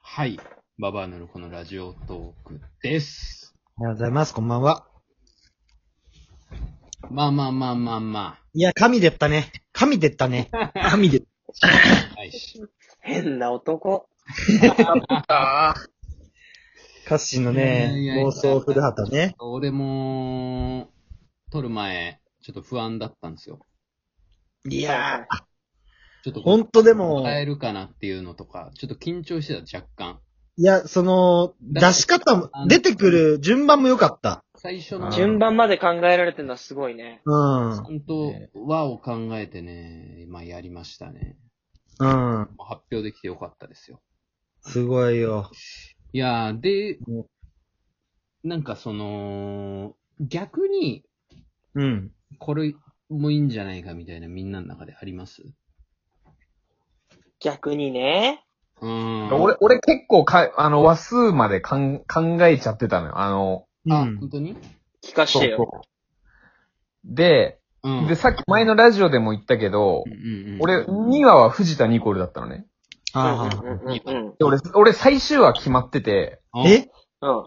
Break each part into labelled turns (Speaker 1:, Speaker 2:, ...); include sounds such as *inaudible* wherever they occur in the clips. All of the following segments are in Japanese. Speaker 1: はい。ババアのこのラジオトークです。
Speaker 2: おはようございます。こんばんは。
Speaker 1: まあまあまあまあま
Speaker 2: いや、神でったね。神でったね。神で。
Speaker 1: あ。はいし。
Speaker 3: 変な男。
Speaker 2: カッシーの
Speaker 1: いやいや
Speaker 2: ね
Speaker 1: い、や
Speaker 2: 妄想古畑ね。
Speaker 1: 俺も、撮る前、ちょっと不安だったんですよ。
Speaker 2: い
Speaker 3: い
Speaker 2: や
Speaker 1: ちょっと、
Speaker 2: ー、ほんとでも、
Speaker 1: 変えるかなっていうのとか、ちょっと緊張してた、若干。
Speaker 2: いや、その、出し方も
Speaker 1: あの、
Speaker 2: 出てくる順番も良かった。
Speaker 1: 最初の、
Speaker 2: あー
Speaker 3: 順番まで考えられてるのはすごいね。
Speaker 2: うん。
Speaker 1: 本当和を考えてね、まあやりましたね。
Speaker 2: うん。
Speaker 1: もう発表できてよかったですよ。
Speaker 2: すごいよ。
Speaker 1: いやー、で
Speaker 2: うん、
Speaker 1: なんかその、逆に、
Speaker 2: うん。
Speaker 1: これもいいんじゃないかみたいなみんなの中であります
Speaker 3: 逆にね。
Speaker 1: うーん。
Speaker 4: 俺、俺結構か、あの、話数までかん考えちゃってたのよ。あの、
Speaker 2: う
Speaker 1: あ、
Speaker 2: ん
Speaker 1: 本。当に
Speaker 3: 聞かしてよ。
Speaker 4: う。で、
Speaker 1: うん。
Speaker 4: で、さっき前のラジオでも言ったけど
Speaker 1: う、んうんうん、
Speaker 4: 俺、2話は藤田ニコルだったのね。
Speaker 2: あ
Speaker 3: うんうんうんうん
Speaker 4: で俺、俺最終話決まってて、
Speaker 2: あ。え
Speaker 3: うん。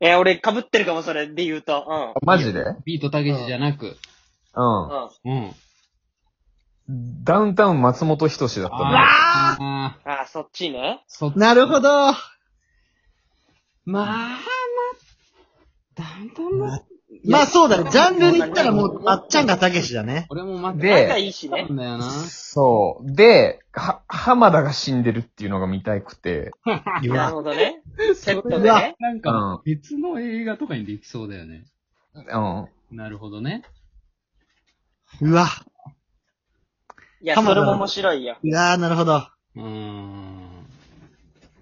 Speaker 3: えー、俺被ってるかも、それで言うと。
Speaker 4: あマジで
Speaker 1: ビートたけしじゃなく、
Speaker 4: う
Speaker 3: う
Speaker 4: ん。
Speaker 3: ん。うん。
Speaker 1: うん。
Speaker 4: ダウンタウン松本人志だったのよ。
Speaker 1: あーあー
Speaker 3: あー、そっちね。
Speaker 1: そっち
Speaker 2: なるほど。
Speaker 1: まあ、まあ、だんだんまあ、
Speaker 2: まあそうだね。ジャンルで言ったらもう、まっちゃんがたけしだ
Speaker 1: *laughs*
Speaker 2: ね。
Speaker 1: 俺も待って
Speaker 4: で
Speaker 3: 仲いいしね
Speaker 1: た。んだよな。
Speaker 4: そう。で、は、浜田が死んでるっていうのが見たくて、
Speaker 2: い
Speaker 3: な
Speaker 2: や
Speaker 3: る、ほどね。セット
Speaker 2: う
Speaker 3: で
Speaker 2: わ
Speaker 3: ね。
Speaker 1: なんか、別の映画とかにできそうだよね。
Speaker 4: うん。
Speaker 1: なるほどね。
Speaker 2: うわ。
Speaker 3: いや、
Speaker 2: かも
Speaker 3: そ
Speaker 2: な
Speaker 3: れも面白いよ。
Speaker 2: いやー、なるほど。
Speaker 1: うーん。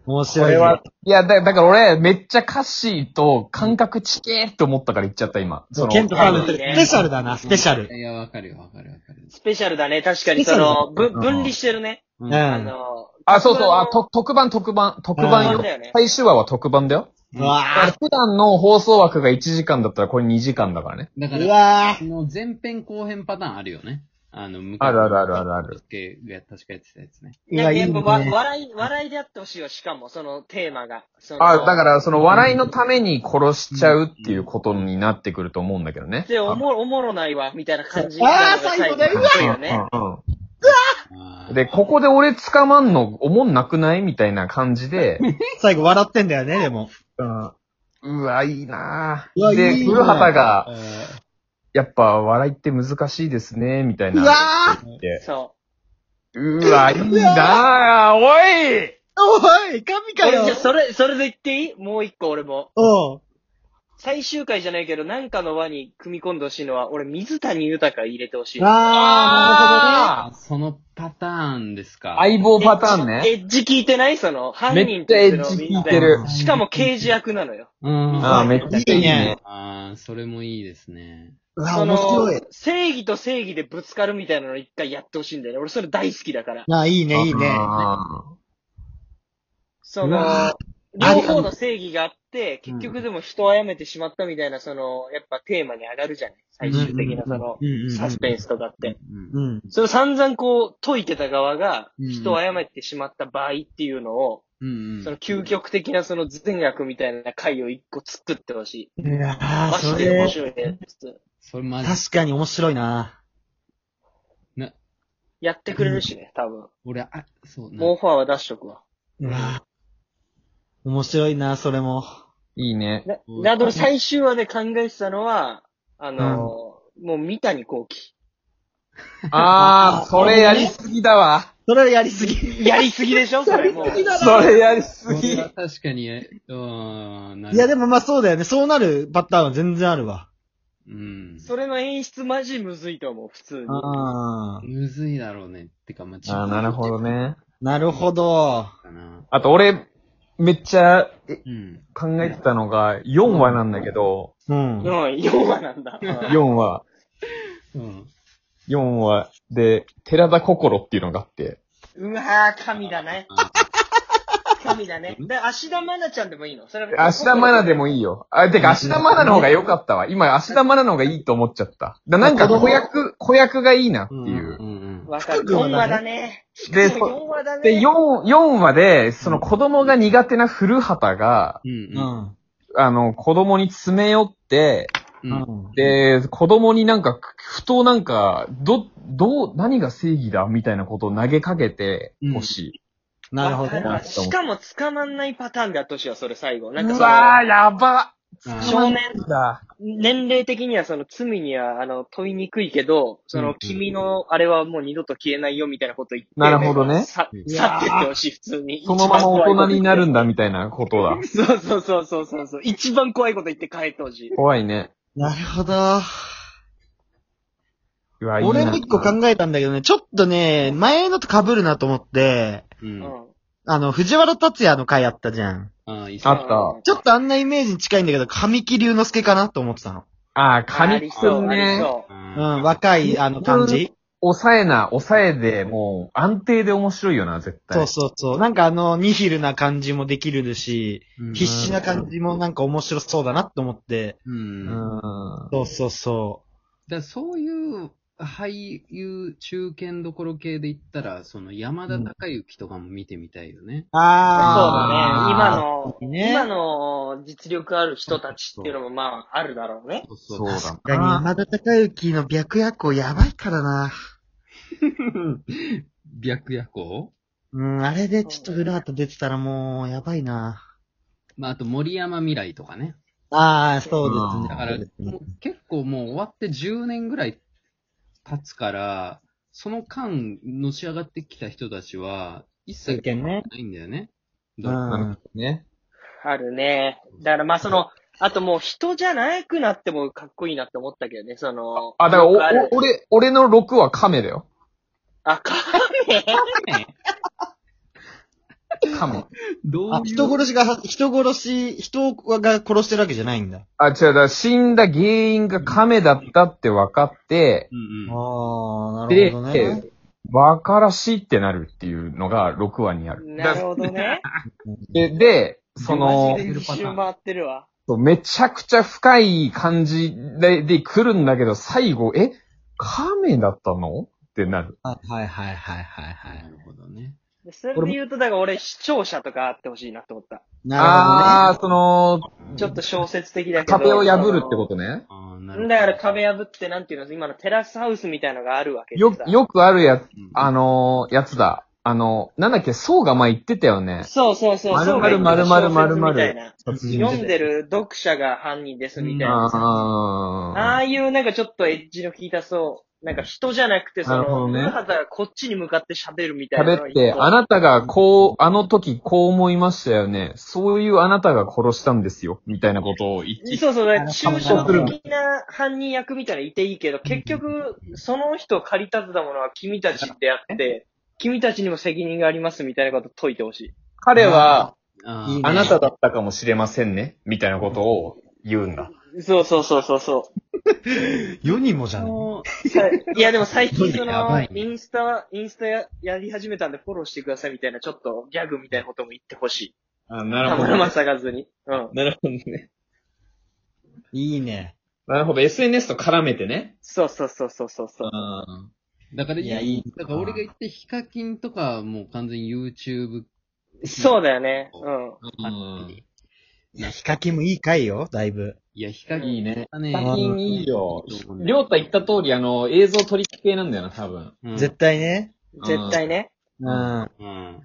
Speaker 2: 面
Speaker 4: こ
Speaker 2: 白いね。
Speaker 4: れは、いや、だ、だから俺、めっちゃ歌詞と感覚ちけーって思ったから言っちゃった、今。その、
Speaker 2: ケントさんのス
Speaker 3: いいね
Speaker 2: ペシャルだな、スペシャル。
Speaker 1: いや、わかるよ、わかるわかる。
Speaker 3: スペシャルだね。確かに、
Speaker 2: スペシ
Speaker 3: そ
Speaker 2: ャルだ
Speaker 3: の、ぶ分離してるね。
Speaker 1: う。
Speaker 2: うん
Speaker 3: あ
Speaker 2: ん。
Speaker 3: の、
Speaker 4: あ、そうそう、あ、と、特番、特番、特
Speaker 3: 特
Speaker 4: 番
Speaker 3: 番
Speaker 4: よ
Speaker 3: だよね。
Speaker 4: 最終話は特番だよ。
Speaker 2: うわ
Speaker 4: だから普段の放送枠が1時間だったらこれ2時間だからね。
Speaker 1: だか
Speaker 2: ー。う
Speaker 1: ら、
Speaker 2: わ
Speaker 1: あの、前編後編パターンあるよね。あの、昔
Speaker 4: あるあるあるあるある。
Speaker 1: 系が確かやってたやつね。
Speaker 2: ー。うわ、い
Speaker 3: や
Speaker 2: い
Speaker 3: っ
Speaker 2: ね
Speaker 3: ぱ。わ笑い、笑いであってほしいよ。しかも、そのテーマが。その
Speaker 4: あ、だからその笑いのために殺しちゃうっていうことになってくると思うんだけどね。
Speaker 3: で、おも、おもろないわ、みたいな感じ。
Speaker 2: あー最後だうわ
Speaker 3: そうよね。
Speaker 4: うんうん
Speaker 1: あ
Speaker 4: う
Speaker 1: ー
Speaker 4: んで、ここで俺捕まんのおもんなくないみたいな感じで、 *laughs*
Speaker 2: 最後笑ってんだよね、でも。
Speaker 4: うんうわ、いいな
Speaker 2: うわ
Speaker 4: ぁ。
Speaker 2: いい
Speaker 4: で、
Speaker 2: ね
Speaker 4: 古畑が、
Speaker 1: え
Speaker 4: やっぱ笑いって難しいですね、みたいうな。
Speaker 2: わー
Speaker 4: で
Speaker 3: そう。
Speaker 4: うわ、いいなぁ、おい
Speaker 2: おい神か
Speaker 3: 俺
Speaker 2: よ
Speaker 3: じゃ、それ、それで言っていいもう一個俺も。
Speaker 2: おう
Speaker 3: 最終回じゃないけど、なんかの輪に組み込んでほしいのは、俺、水谷豊入れてほしい。
Speaker 2: あ
Speaker 1: あそのパターンですか。
Speaker 4: 相棒パターンね。
Speaker 3: エッジ聞いてないその、犯
Speaker 4: め
Speaker 3: 人
Speaker 4: っちゃエ
Speaker 3: て
Speaker 4: ッジ
Speaker 3: の
Speaker 4: 聞い
Speaker 3: 水
Speaker 4: て
Speaker 3: 谷
Speaker 4: る。
Speaker 3: しかも刑事役なのよ。
Speaker 1: うん。
Speaker 4: ああ、めっちゃいいね。
Speaker 1: あー、それもいいですね。
Speaker 2: ーなるほ
Speaker 3: そ
Speaker 2: どね。うわ、面
Speaker 3: の
Speaker 2: 白い。、
Speaker 3: 正義と正義でぶつかるみたいなの一回やってほしいんだよね。俺、それ大好きだから。
Speaker 2: あ、いいね、いいね。
Speaker 4: あ
Speaker 3: そうの
Speaker 2: わ、
Speaker 3: 両方の正義があっ
Speaker 1: う
Speaker 3: て、
Speaker 1: ん
Speaker 3: 結局でも人を殺めてしまったみたいな、その、やっぱテーマに上がるじゃない最終的な、その
Speaker 2: う、んうん
Speaker 3: サスペンスとかって。
Speaker 1: うん。
Speaker 2: うん。
Speaker 3: それを散々こう解いてた側が
Speaker 1: うん
Speaker 3: 人を殺めてしまった場合っていうのを、
Speaker 1: うんうん。
Speaker 3: その究極的なその善悪みたいな回を一個作ってほしい。
Speaker 2: うん。うわー
Speaker 3: マ
Speaker 2: そ
Speaker 3: ジで面
Speaker 2: れ、
Speaker 3: 白いね。
Speaker 1: それマジ、
Speaker 2: 確かに面白いな。
Speaker 3: やってくれるしね、多分。
Speaker 1: 俺、あ、そう、な
Speaker 3: もうオファーは出しとくわ。
Speaker 2: うわー面白いな、それも。
Speaker 4: ーいいね。
Speaker 3: な
Speaker 1: うん、
Speaker 3: など最終話で考えてたのは、あのー、もう三谷幸喜。
Speaker 4: あー、それやりすぎだわ。
Speaker 2: それやりすぎ。
Speaker 3: やりすぎでしょそ
Speaker 2: *laughs*
Speaker 3: れもう。
Speaker 4: それやりす
Speaker 1: それ
Speaker 4: ぎ
Speaker 1: は。確かに、えうーん、ない
Speaker 2: や、で
Speaker 1: も、
Speaker 2: もまあそうだよね。そうなるパターンは全然あるわ。
Speaker 1: うん。
Speaker 3: それの演出マジむずいと思う、普通に。
Speaker 2: あー
Speaker 1: むずいだろうね。ってか、まあ、
Speaker 4: あー、なるほど。ね。
Speaker 2: なるほど。
Speaker 1: かな。
Speaker 4: あと俺、めっちゃえ
Speaker 1: うん。
Speaker 4: 考えてたのが、4話なんだけど、
Speaker 2: うん。
Speaker 3: うん、4話なんだ。
Speaker 4: 4話、
Speaker 1: うん。
Speaker 4: 4話で、寺田心っていうのがあって、
Speaker 3: うわぁ、神だね。
Speaker 1: あ
Speaker 3: 神だね。で、芦田愛菜ちゃんでもいいのそれ
Speaker 4: 明日マナでもいいよ。あ、てか明日マナの方が良かったわ。今、明日マナの方がいいと思っちゃった。だなんか子役、子役がいいなって
Speaker 1: う
Speaker 4: い
Speaker 1: ん
Speaker 4: う。
Speaker 1: うんうん
Speaker 3: わかる。
Speaker 2: 福
Speaker 3: 4
Speaker 2: 君は
Speaker 3: 話
Speaker 2: ね
Speaker 3: だね。4
Speaker 4: で、そ
Speaker 3: 話だね。
Speaker 4: で、4、4話で、その子供が苦手な古畑が、
Speaker 1: うん
Speaker 2: う。ん。
Speaker 4: あの、子供に詰め寄って、
Speaker 1: う。
Speaker 2: うんん。
Speaker 4: で、子供になんか、ふとなんか、ど、どう、何が正義だみたいなことを投げかけてほし。
Speaker 2: なるほど
Speaker 3: わ。かるしかも捕まんないパターンであってほしいわ、それ最後。ないん
Speaker 4: う
Speaker 3: かそ
Speaker 4: わ
Speaker 3: の、
Speaker 4: ー、やば
Speaker 1: あー
Speaker 3: 少年、
Speaker 4: だ。
Speaker 3: 年齢的にはその罪には、あの、問いにくいけど、そ
Speaker 1: うんう
Speaker 3: の、
Speaker 1: ん
Speaker 3: 君のあれはもう二度と消えないよみたいなこと言って。
Speaker 4: なるほどね
Speaker 3: さ、去
Speaker 1: い
Speaker 3: って
Speaker 2: やー
Speaker 3: ってほしい、普通に。
Speaker 4: そのまま大人になるん
Speaker 3: だ。
Speaker 4: だみたいなことだ。
Speaker 3: そうそうそうそうそうそう。一番怖いこと言って帰ってほしい。
Speaker 4: 怖いね。
Speaker 2: なるほど。
Speaker 4: うわ、いいな。
Speaker 2: 俺も一個考えたんだけどね、ちょっとね、前のと被るなと思って、
Speaker 1: う。
Speaker 3: うんん。
Speaker 2: あの、藤原達也の回あったじゃん。
Speaker 1: ああ、いいっす
Speaker 4: あ
Speaker 1: ね。。
Speaker 4: った
Speaker 2: ちょっとあんなイメージに近いんだけど、神木隆之介かなと思ってたの。
Speaker 4: あー、
Speaker 3: あ
Speaker 4: 神
Speaker 3: り
Speaker 4: 木く
Speaker 3: そ
Speaker 4: ん
Speaker 3: う、あり
Speaker 4: ね。
Speaker 3: そうう。
Speaker 2: うんん、若い、あの感じ。
Speaker 4: 抑えな、抑えで、もう、安定で面白いよな、絶対。
Speaker 2: そうそうそう。なんかあの、ニヒルな感じもできるし、
Speaker 1: うん
Speaker 2: 必死な感じもなんか面白そうだなって思って。
Speaker 1: うん。
Speaker 4: う
Speaker 1: だか
Speaker 4: ん。
Speaker 2: そうそうそ
Speaker 1: らそういう俳優中堅どころ系で言ったら、その山田孝之とかも見てみたいよね。
Speaker 2: う。
Speaker 3: そうだ
Speaker 2: あー。
Speaker 3: ね。今の、
Speaker 2: そうね
Speaker 3: 今の実力ある人たちっていうのもまあ、あるだろうね。
Speaker 1: そう
Speaker 4: そう
Speaker 1: う。
Speaker 4: だ
Speaker 2: 確かに
Speaker 4: な。
Speaker 2: 山田孝之の白夜行やばいからな。
Speaker 1: *laughs* 白夜行
Speaker 2: うん、あれでちょっと古畑出てたらもう、やばいな。
Speaker 1: まあ、あと森山未来とかね。
Speaker 2: ああ、そうですね。
Speaker 1: だから、
Speaker 2: そうですね
Speaker 1: もう結構もう終わって10年ぐらい経つから、その間、のし上がってきた人たちは、一切
Speaker 2: 経験ね
Speaker 1: ないんだよね。
Speaker 2: う
Speaker 1: ど
Speaker 4: なるほ
Speaker 2: ん
Speaker 4: ど。ね。
Speaker 3: あるね。だからまあその、あともう人じゃなくなってもかっこいいなって思ったけどね、その。
Speaker 4: あ、だから、お
Speaker 3: よくる、
Speaker 4: お、俺、俺の6は亀だよ。
Speaker 3: あ、カメ
Speaker 4: 亀。
Speaker 1: *laughs* どう
Speaker 2: あ、
Speaker 1: い
Speaker 2: 人
Speaker 1: う、
Speaker 2: 殺しが、人殺し、人が殺してるわけじゃないんだ。
Speaker 4: あ、違う、だから死んだ原因が亀だったって分かって、
Speaker 1: うんうん。
Speaker 2: ああ、な
Speaker 4: で
Speaker 2: るほどね。、
Speaker 4: 分からしいってなるっていうのが6話にある。
Speaker 3: *laughs* なるほど
Speaker 4: *laughs*
Speaker 3: ね。
Speaker 4: で、で、その
Speaker 3: マ、ジで一周回ってるわ。
Speaker 4: そうめちゃくちゃ深い感じでで来るんだけど、最後、え亀だったのってなる。
Speaker 2: あはいはいはいはいは。
Speaker 1: ないるほどね。
Speaker 3: でそれで言うと、だから俺視聴者とかあってほしいなって思った。
Speaker 2: なる
Speaker 4: ああー、その、
Speaker 3: ちょっと小説的だけど。
Speaker 4: 壁を破るってことね。
Speaker 1: ああ、な
Speaker 3: そ
Speaker 1: るほど。
Speaker 3: のだから壁破ってなんていうの、今のテラスハウスみたいのがあるわけで
Speaker 4: よ
Speaker 3: さ、
Speaker 4: よくあるやつ、
Speaker 1: うん
Speaker 4: あのーやつだ。あの、なんだっけ、そうが前言ってたよね。
Speaker 3: そうそうそう。
Speaker 4: 丸
Speaker 3: そ
Speaker 4: 々
Speaker 3: うが言ってた
Speaker 4: 丸々丸々
Speaker 3: 小説みたいな読んでる読者が犯人ですみたいなさ。あ
Speaker 4: あ
Speaker 3: あいうなんかちょっとエッジの効いたそう、なんか人じゃなくて、そ
Speaker 4: なるほ
Speaker 3: の、
Speaker 4: どね
Speaker 3: 古畑がこっちに向かって喋るみたいなのが
Speaker 4: 喋
Speaker 3: 一個。
Speaker 4: って、あなたがこう、あの時こう思いましたよね。そういうあなたが殺したんですよ。みたいなことを言って。
Speaker 3: そうそう、だから
Speaker 2: あの
Speaker 3: 抽象的な犯人役みたいなのいていいけど、結局、その人を借り立てたものは君たちであって、君たちにも責任がありますみたいなこと解いてほしい。
Speaker 4: 彼は、
Speaker 1: あー
Speaker 2: いいね
Speaker 4: あなただったかもしれませんね。みたいなことを言うんだ。
Speaker 3: そうそうそうそうそ
Speaker 2: 世にもじ
Speaker 1: あ
Speaker 2: ゃない。
Speaker 1: の
Speaker 3: う。さいや、でも最近そ
Speaker 1: やば
Speaker 3: の
Speaker 1: い、ね
Speaker 3: インスタ、インスタややり始めたんでフォローしてくださいみたいな、ちょっとギャグみたいなことも言ってほしい。
Speaker 4: あな
Speaker 3: たまらまさがずに。うん。
Speaker 4: なるほどね。
Speaker 2: いいね。
Speaker 4: なるほど。SNS と絡めてね。
Speaker 3: そうそうそうそうそうそう。
Speaker 1: だから、
Speaker 2: いやいい
Speaker 1: だから俺が言って、ヒカキンとかはもう完全に YouTube
Speaker 3: そうだよね。うん。
Speaker 1: うん
Speaker 2: いや、ヒカキンもいい回よ、だいぶ。
Speaker 1: いや、ヒカキン
Speaker 4: いいね。
Speaker 1: はね、
Speaker 4: ヒカキンいいよ
Speaker 1: いいと思う。
Speaker 4: りょうた言った通り、あの、映像取り付けなんだよな、多分。
Speaker 1: うん
Speaker 2: 絶対ね。
Speaker 3: 絶対ね。
Speaker 2: うん。
Speaker 1: うん。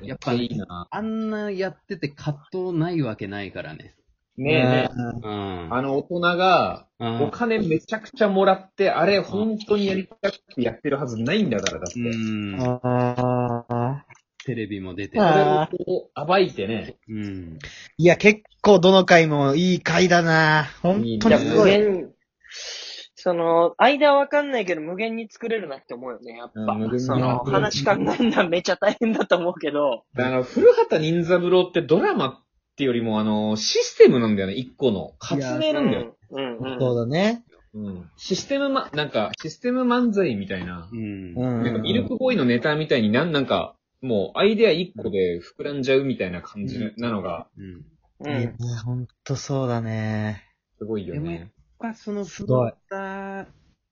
Speaker 1: や
Speaker 4: や
Speaker 1: っ
Speaker 4: っ
Speaker 1: ぱ
Speaker 4: ぱ
Speaker 1: いい
Speaker 4: いいな。
Speaker 1: あんなやってて葛藤ないわけないからね。
Speaker 4: ねえねえ。
Speaker 2: うん
Speaker 1: うん。
Speaker 4: あの、大人が、
Speaker 1: うん
Speaker 4: お金めちゃくちゃもらって、あれ、本当にやりたくてやってるはずないんだから、だって。
Speaker 1: うん。
Speaker 2: あー
Speaker 1: テレビも出て
Speaker 4: そ
Speaker 1: る。
Speaker 4: れをこう、暴いてね。
Speaker 1: うん。
Speaker 2: いや、結構どの回もいい回だな。本当
Speaker 3: い
Speaker 2: に
Speaker 3: や、
Speaker 2: す
Speaker 3: 無
Speaker 2: ごい。
Speaker 3: 限、その、間はわかんないけど、無限に作れるなって思うよね、やっぱ。
Speaker 4: うん無限に
Speaker 3: その、
Speaker 4: うん
Speaker 3: 話考えるのはめちゃ大変だと思うけど、
Speaker 4: あの、古畑任三郎ってドラマってよりも、あの、システムなんだよね、一個の。発明なんだよ。
Speaker 3: うん、うん、
Speaker 2: そうだね。
Speaker 4: うん。システムま、なんか、システム漫才みたいな
Speaker 1: う。ん。
Speaker 2: うん
Speaker 4: なんか、ミルクボーイのネタみたいになん、なんか、もう、アイデア一個で膨らんじゃうみたいな感じなのが、
Speaker 1: うん。
Speaker 3: う
Speaker 2: い
Speaker 3: ん
Speaker 2: や。ほんとそうだね。
Speaker 4: すごいよ
Speaker 1: でも
Speaker 4: ね。
Speaker 1: やっぱその、
Speaker 2: すごい
Speaker 1: 古田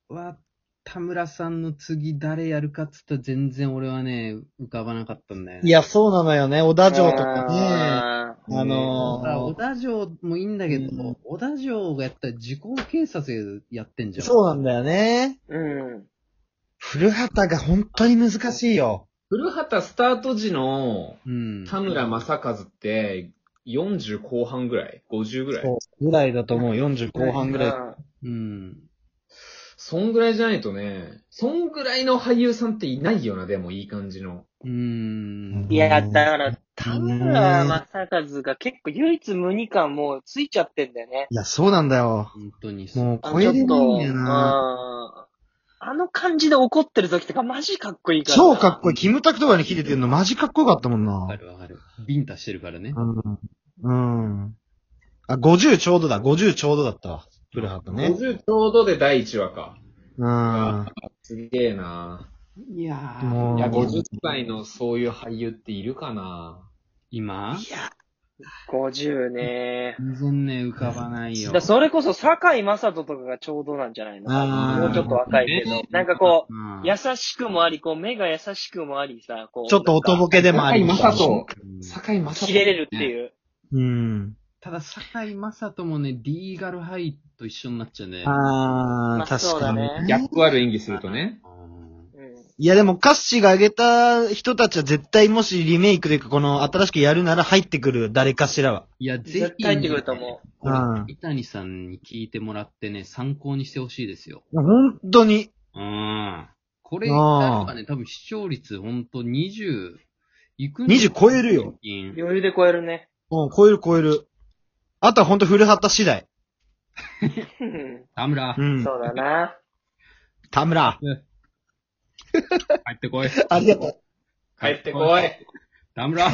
Speaker 1: は、田村さんの次誰やるかっつったら全然俺はね、浮かばなかったんだよね。
Speaker 2: いや、そうなのよね。小田城とかね。
Speaker 3: あー
Speaker 2: あの
Speaker 1: あ小田城もいいんだけど、
Speaker 2: うん
Speaker 1: 小田城がやったら時効警察やってんじゃん。
Speaker 2: そうなんだよね。
Speaker 3: うん。
Speaker 2: 古畑が本当に難しいよ。
Speaker 4: 古畑スタート時の
Speaker 1: うん。
Speaker 4: 田村正和って40後半ぐらい ?50 ぐらいそ
Speaker 2: そう。ぐらいだと思う。40後半ぐらい。
Speaker 1: うん。
Speaker 4: んぐらいじゃないとね、そんぐらいの俳優さんっていないよな、でもいい感じの。
Speaker 1: うーん
Speaker 3: いや、だから、田村正和が結構唯一無二感もうついちゃってんだよね。
Speaker 2: いや、そうなんだよ。
Speaker 1: 本当にそう。
Speaker 2: もう
Speaker 3: あ
Speaker 2: 超
Speaker 3: のちょ
Speaker 2: え
Speaker 3: っ
Speaker 2: れない
Speaker 3: と、
Speaker 2: んだよな。
Speaker 3: うんあの感じで怒ってる時とかマジかっこいいから。
Speaker 2: 超かっこいい。キムタクとかに切れてるのマジかっこよかったもん
Speaker 1: わか
Speaker 2: な。
Speaker 1: るわかる。ビンタしてるからね。
Speaker 2: うん。うん。あ、50ちょうどだ。50ちょうどだったわ。古畑ね。
Speaker 4: 50ちょうどで第1話か。
Speaker 2: うん。
Speaker 4: すげえない
Speaker 1: や
Speaker 2: もう
Speaker 4: い
Speaker 1: い
Speaker 4: や、
Speaker 1: や
Speaker 4: 50歳のそういう俳優っているかな
Speaker 1: 今
Speaker 3: いや、50ね。
Speaker 1: 全然ね、浮かばないよ
Speaker 3: だ。それこそ、堺雅人とかがちょうどなんじゃないの
Speaker 2: あー
Speaker 3: もうちょっと若いけど。なんかこう、
Speaker 1: うん
Speaker 3: 優しくもあり、こう、目が優しくもありさ、こう。
Speaker 2: ちょっと音ボケでもあり。
Speaker 4: 坂井正人。
Speaker 1: うん
Speaker 4: 坂井正人。
Speaker 3: 切れれるっていう。
Speaker 2: うん。
Speaker 1: ただ、堺雅人もね、リーガルハイと一緒になっちゃうね。
Speaker 2: あ
Speaker 3: ま
Speaker 2: あ、
Speaker 3: あ
Speaker 2: 確かに
Speaker 3: そうだね。
Speaker 4: ギャップある演技するとね。
Speaker 1: うん
Speaker 3: うん。
Speaker 2: いやでもカッシーが挙げた人たちは絶対もしリメイクというかこの新しくやるなら入ってくる誰かしらは。
Speaker 1: いや、ぜひ、
Speaker 3: 絶対入ってくると思う。
Speaker 1: こ
Speaker 2: うん
Speaker 1: れ、伊谷さんに聞いてもらってね、参考にしてほしいですよ。
Speaker 2: 本当に。
Speaker 1: うん。これやればね、多分視聴率ほんと20、いくん
Speaker 2: 20超えるよ。
Speaker 1: 最近
Speaker 3: 余裕で超えるね。
Speaker 2: うん、超える超える。あとは本当古畑次第。
Speaker 3: うん
Speaker 1: 田村、
Speaker 2: う
Speaker 1: 入
Speaker 2: ん。
Speaker 3: そうだな。
Speaker 2: 田村。
Speaker 1: ってこい。
Speaker 2: ありがとう。
Speaker 4: 帰ってこい。
Speaker 1: 田村、